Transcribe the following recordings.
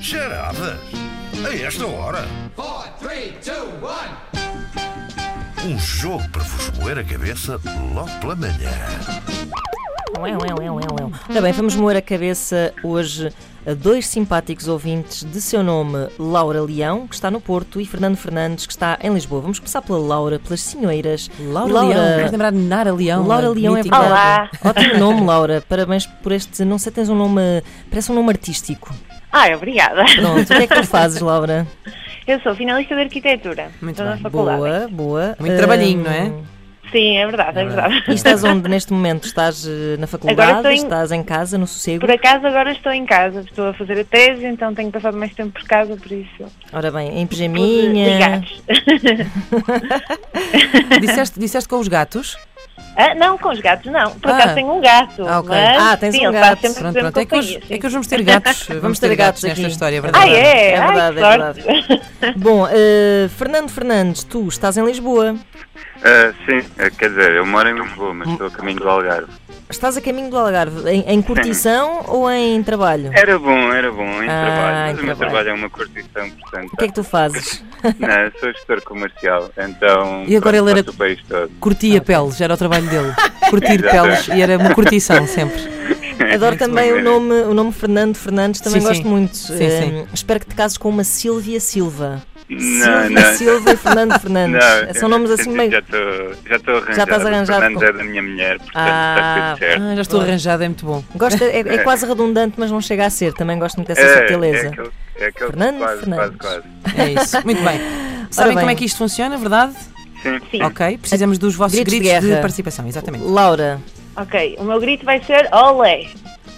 Charadas? A esta hora? four, three, two, one. Um jogo para vos moer a cabeça logo pela manhã. Ué, ué, ué, ué, ué. Ora bem, vamos Uhum. moer a cabeça hoje a dois simpáticos ouvintes de seu nome, Laura Leão, que está no Porto, e Fernando Fernandes, que está em Lisboa. Vamos começar pela Laura, pelas senhoras. Laura, Leão, vais lembrar de Nara Leão. Laura a Leão é mítica. verdade. Ótimo nome, Laura. Parabéns por este. Não sei, tens um nome. Parece um nome artístico. Ah, obrigada. Pronto, o que é que tu fazes, Laura? Eu sou finalista de arquitetura. Muito Estou na bem. faculdade. Boa, boa. Muito trabalhinho, não é? Hum, Sim, é verdade, é verdade. E estás onde neste momento? Estás eh, na faculdade? estou em- Estás em casa, no sossego? Por acaso agora estou em casa, estou a fazer a tese, então tenho passado mais tempo por casa, por isso. Ora bem, em pude pijaminha. ligar-vos. Disseste, disseste com os gatos? Ah, não, com os gatos não. Por Ah. acaso tenho um gato. Ah, ok. Mas, Ah, tens sim, um ele está gato. sempre a Pronto, fazer-me pronto. É que, hoje, companhia, sim. é que hoje vamos ter gatos. Vamos ter gatos nesta aqui. história, é Ah, verdade. é? É verdade, Ai, é que verdade. sorte. Bom, eh, Fernando Fernandes, tu estás em Lisboa. Ah, sim, Ah, quer dizer, eu moro em Lisboa, mas estou a caminho do Algarve. Estás a caminho do Algarve, em, em curtição ou em trabalho? Era bom, era bom, em Ah, trabalho, mas em o trabalho. meu trabalho é uma curtição, portanto, O que é que tu fazes? não, sou gestor comercial, então E agora pronto, ele era- faço o país todo. Curtia peles, era o trabalho dele. Curtir Exato. peles. E era uma curtição sempre. Adoro também o É bem. nome, o nome Fernando Fernandes, também Sim, gosto sim. muito. Sim, sim. Eh, espero que te cases com uma Silvia Silva. Não, Silvia não, Silva e Fernando Fernandes. não, São nomes assim meio. Já estou já estou arranjado, Já estás arranjado o Fernando com- é da minha mulher, portanto Ah, está tudo certo. Ah, já estou arranjada, é muito bom. Gosto, é, é quase redundante, mas não chega a ser. Também gosto muito dessa é subtileza. aquele, é aquele Fernando quase, quase, Fernandes. quase. É isso. Muito bem. Sabem bem. como é que isto funciona, verdade? Sim, Sim. Ok. Precisamos dos vossos Gritos gritos, de de, guerra. participação, exatamente. Laura, Ok, o meu grito vai ser olé.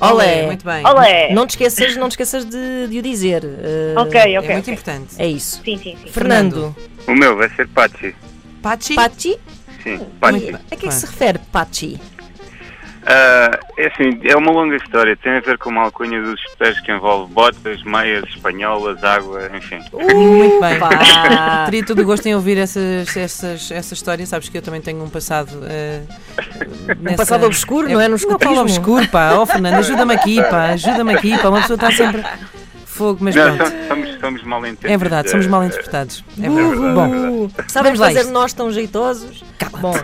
olé. Muito bem. Olé. Não te esqueças, não te esqueças de, de o dizer. Eh, É. Ok, É ok. muito ok. importante. É isso. Sim, sim, sim. Fernando, o meu vai ser Pachi, Pachi. Pachi? sim, Muito Pachi. bem. A que é que se refere Pachi? Ah, é assim, é uma longa história. Tem a ver com uma alcunha dos escuteiros que envolve botas, meias, espanholas, água, enfim. Muito bem. Pá. Teria todo o gosto em ouvir essas, essas, essa história. Sabes que eu também tenho um passado. eh, nessa- Um passado obscuro, não é? No escutismo. qual obscuro, pá. Oh, Fernando, ajuda-me aqui, pá. Ajuda-me aqui, pá. Uma pessoa está sempre. Fogo, mas Não, pronto. somos, somos, somos mal entendidos. É verdade, somos Eh, mal interpretados. É é verdade. verdade, é Bom, verdade. Vamos Sabemos lá a fazer isto. nós tão jeitosos. Bom,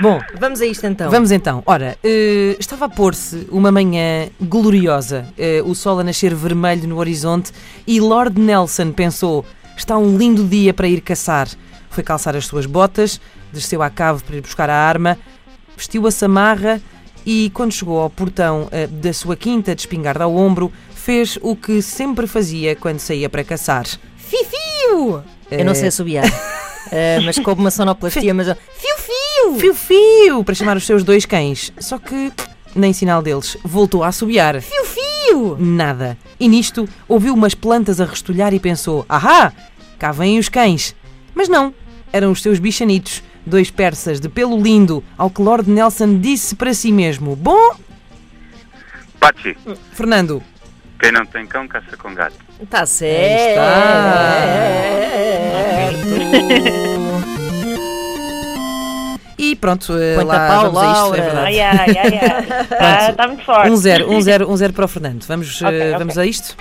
bom, vamos a isto então. vamos então. Ora, eh, estava a pôr-se uma manhã gloriosa, eh, o sol a nascer vermelho no horizonte, e Lord Nelson pensou: está um lindo dia para ir caçar. Foi calçar as suas botas, desceu à cave para ir buscar a arma, vestiu a samarra e, quando chegou ao portão eh, da sua quinta de espingarda ao ombro, fez o que sempre fazia quando saía para caçar. Fiu! Eu não sei assobiar. Eh, mas coube uma sonoplastia, mas. eu- Fiu, Fiu fiu! Fiu para chamar os seus dois cães. Só que nem sinal deles. Voltou a assobiar. Fiu, fiu! Nada. E nisto ouviu umas plantas a restolhar e pensou: Ahá! Cá vêm os cães. Mas não, eram os seus bichanitos, dois persas de pelo lindo, ao que Lord Nelson disse para si mesmo: Bom, Pachi, Fernando, quem não tem cão, caça com gato. Está certo! está. e pronto, eh, Põe-te a lá pau, vamos a isto, é Laura. verdade. Ai, ai, ai, ai. Está tá muito forte. 1-0, 1-0, 1-0 para o Fernando. Vamos, Ok, eh, ok. vamos a isto?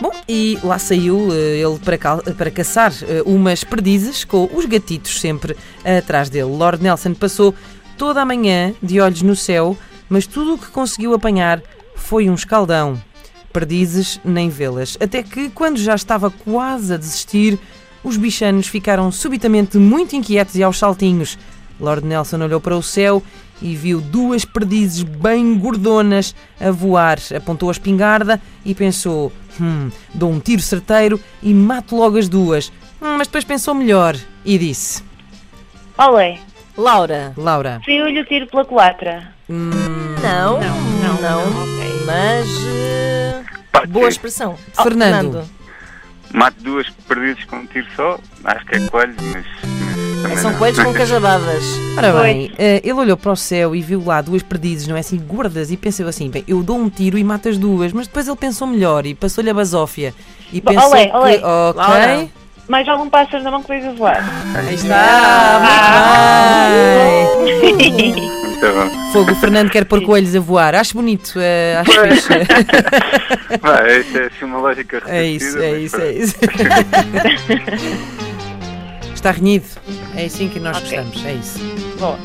Bom, e lá saiu eh, ele para, cal- para caçar eh, umas perdizes com os gatitos sempre atrás dele. Lord Nelson passou toda a manhã de olhos no céu, mas tudo o que conseguiu apanhar foi um escaldão. Perdizes nem vê-las. Até que, quando já estava quase a desistir, os bichanos ficaram subitamente muito inquietos e aos saltinhos. Lord Nelson olhou para o céu e viu duas perdizes bem gordonas a voar. Apontou a espingarda e pensou: Hum, dou um tiro certeiro e mato logo as duas. Hum, mas depois pensou melhor e disse: Olé. Laura, Laura, Se eu lhe tiro pela culatra. não, não, ok. mas. eh, Pachi, Boa expressão. Oh, Fernando. mato duas perdidas com um tiro só. Acho que é coelho, mas. mas também São não. coelhos com cajadadas. Ora Pois. bem, eh, ele olhou para o céu e viu lá duas perdizes, não é assim, gordas, e pensou assim: bem, eu dou um tiro e mato as duas, mas depois ele pensou melhor e passou-lhe a basófia. E Bo- pensou olé, que, olé. ok, Laura. mais algum pássaro na mão que veja voar. Aí está, muito bem. Muito bom. Fogo, o Fernando quer pôr coelhos a voar. Acho bonito, eh, acho fixe. Pá, essa é assim uma lógica repetida. É isso, é mas isso, pronto. é isso. Está renhido. É assim que nós gostamos, é isso. Boa.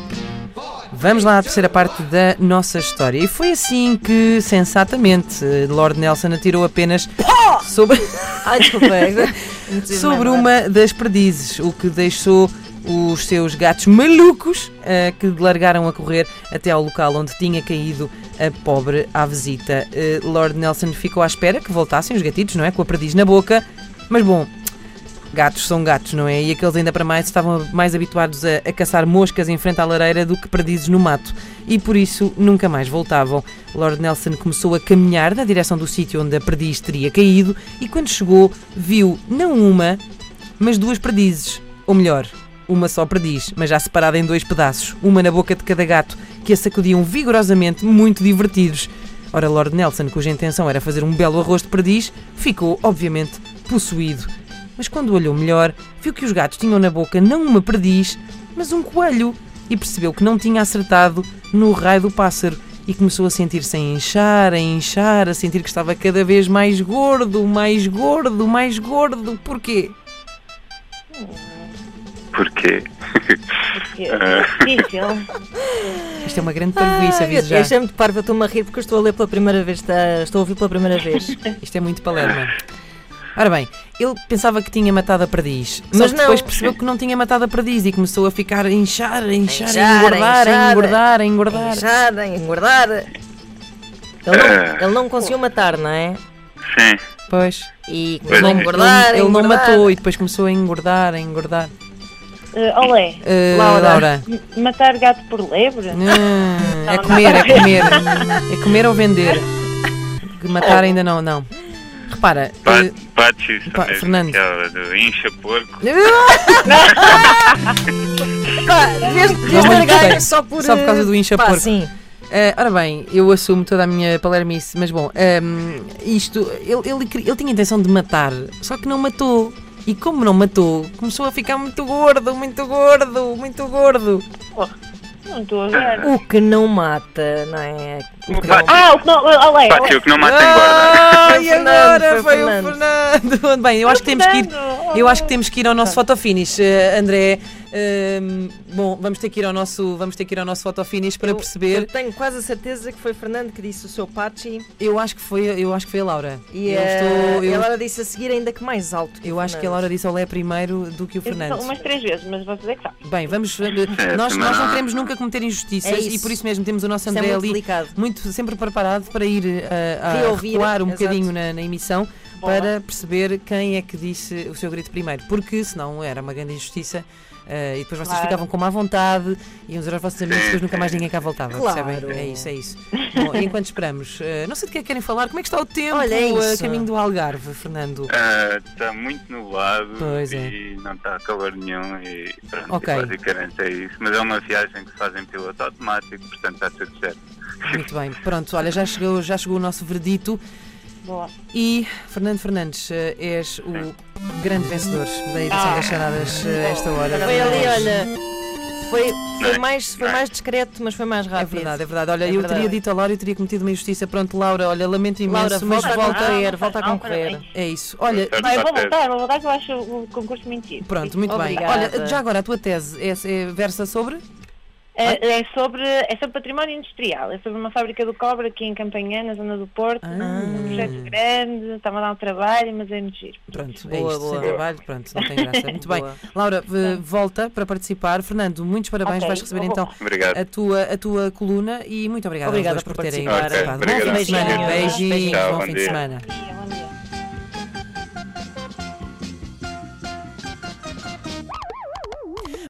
Vamos lá à terceira parte da nossa história. E foi assim que, sensatamente, Lord Nelson atirou apenas sobre, Ai, desculpa. Muito sobre merda. uma das perdizes, o que deixou os seus gatos malucos eh, que largaram a correr até ao local onde tinha caído a pobre à visita. Eh, Lord Nelson ficou à espera que voltassem os gatitos, não é? Com a perdiz na boca, mas bom. Gatos são gatos, não é? E aqueles ainda para mais estavam mais habituados a, a caçar moscas em frente à lareira do que perdizes no mato. E por isso nunca mais voltavam. Lord Nelson começou a caminhar na direção do sítio onde a perdiz teria caído e quando chegou viu não uma, mas duas perdizes. Ou melhor, uma só perdiz, mas já separada em dois pedaços, uma na boca de cada gato, que a sacudiam vigorosamente, muito divertidos. Ora, Lord Nelson, cuja intenção era fazer um belo arroz de perdiz, ficou, obviamente, possuído. Mas quando olhou melhor, viu que os gatos tinham na boca não uma perdiz, mas um coelho, e percebeu que não tinha acertado no raio do pássaro. E começou a sentir-se a inchar, a inchar, a sentir que estava cada vez mais gordo, mais gordo, mais gordo. Porquê? é. Porquê? Porque é difícil. Isto é uma grande parvoíce, Ai, aviso Ah, eu já. chamo-te parva, estou-me a rir porque eu estou a ler pela primeira vez, está- estou a ouvir pela primeira vez. Isto é muito Palermo. Ora bem, ele pensava que tinha matado a perdiz, mas, Mas não. depois percebeu que não tinha matado a perdiz e começou a ficar a inchar, a inchar, a, Inchar, engordar, inchar. a engordar, a engordar. Enxada, engordar. Ele não, ele não conseguiu matar, não é? Sim. Pois. E Pois começou a é. engordar. ele, ele não engordar. matou e depois começou a engordar, a engordar. Eh, olé, Eh, Laura. Laura. m- matar gato por lebre? Ah, é comer, é comer. É comer ou vender. Que Matar ainda não, não. Repara. eh, Pat- Patis, Pá, mesmo, Fernando. aquela do incha porco. eh, Pá, devias devias Não, ter mas ganho gostei. é só por. Só por causa do incha pá, porco. Sim. Eh, ora bem, eu assumo toda a minha palermice, mas bom, ehm, isto, ele, ele, queria- ele tinha intenção de matar, só que não matou. E como não matou, começou a ficar muito gordo, muito gordo, muito gordo. Não estou a ver. O que não mata, não é? O que não- Pati, Ah, o que não. É, Olé, Pati, olé. o que não mata engorda. Ai, Foi o Fernando, agora foi Ah, foi, o o Fernando. Bem, eu acho que temos que ir, Fernando, eu acho que temos que ir ao nosso fotofinish, eh, André. Ehm, bom, vamos ter que ir ao nosso, vamos ter que ir ao nosso fotofinish para Eu- Eu perceber. tenho quase a certeza que foi Fernando que disse o seu Pachi Eu acho que foi, eu acho que foi a Laura. e eu eh, estou, eu, a Laura disse a seguir ainda que mais alto. eu acho que a Laura disse olé primeiro do que o Então, Eu disse Fernando. umas três vezes, mas vocês é que sabem. Bem, vamos. eh, Nós, nós não queremos nunca cometer injustiças É isso. e por isso mesmo temos o nosso Isso é André muito ali delicado. muito sempre preparado para ir eh, a, a Reouvir, recuar um exato. bocadinho na, na emissão Boa. para perceber quem é que disse o seu grito primeiro, porque senão era uma grande injustiça. eh, e depois vocês Claro. ficavam com má vontade, iam dizer aos vossos amigos, depois nunca mais ninguém cá voltava, Claro. percebem? É isso, é isso. Bom, e enquanto esperamos, eh, não sei de que é que querem falar, como é que está o tempo Olha, é a isso. caminho do Algarve, Fernando? Está Ah, tá muito nublado Pois é. e não está calor nenhum e pronto, Ok. basicamente é isso. Mas é uma viagem que se faz em piloto automático, portanto está tudo certo. Muito bem, pronto, olha, já chegou, já chegou o nosso verdito. Boa. E Fernando Fernandes, eh, és o grande vencedor da edição das charadas eh, esta hora. Ah. Foi ali, olha. Foi, foi, Não. mais, foi Não. mais discreto, mas foi mais É rápido. verdade, é verdade. Olha, É eu verdade. teria dito a Laura, eu teria cometido uma injustiça. Pronto, Laura, olha, lamento imenso, Laura, mas volta a volta. concorrer, volta a Não, concorrer. parabéns. É isso. Olha, Portanto, Não, eu vou está certo. voltar, vou voltar que eu acho o concurso mentira. pronto, muito bem. Obrigada. Olha, já agora a tua tese é, é- versa sobre. É, é sobre, é sobre património industrial, é sobre uma fábrica do cobre aqui em Campanhã, na zona do Porto. Ah. Um projeto grande, está-me a dar um trabalho, mas é muito giro. Pronto, é Boa, isto. boa. Sem trabalho, pronto, não tem graça. Muito bem. Boa. Laura, eh, volta para participar. Fernando, muitos parabéns. Ok, Vais receber vou- então Obrigado. a tua, a tua coluna e muito obrigada, aos Obrigada dois por por terem participarem. participado. Ok, Bom fim de obrigado. semana. Beijinhos. Beijinhos. Tchau, Bom bom fim de dia. semana. é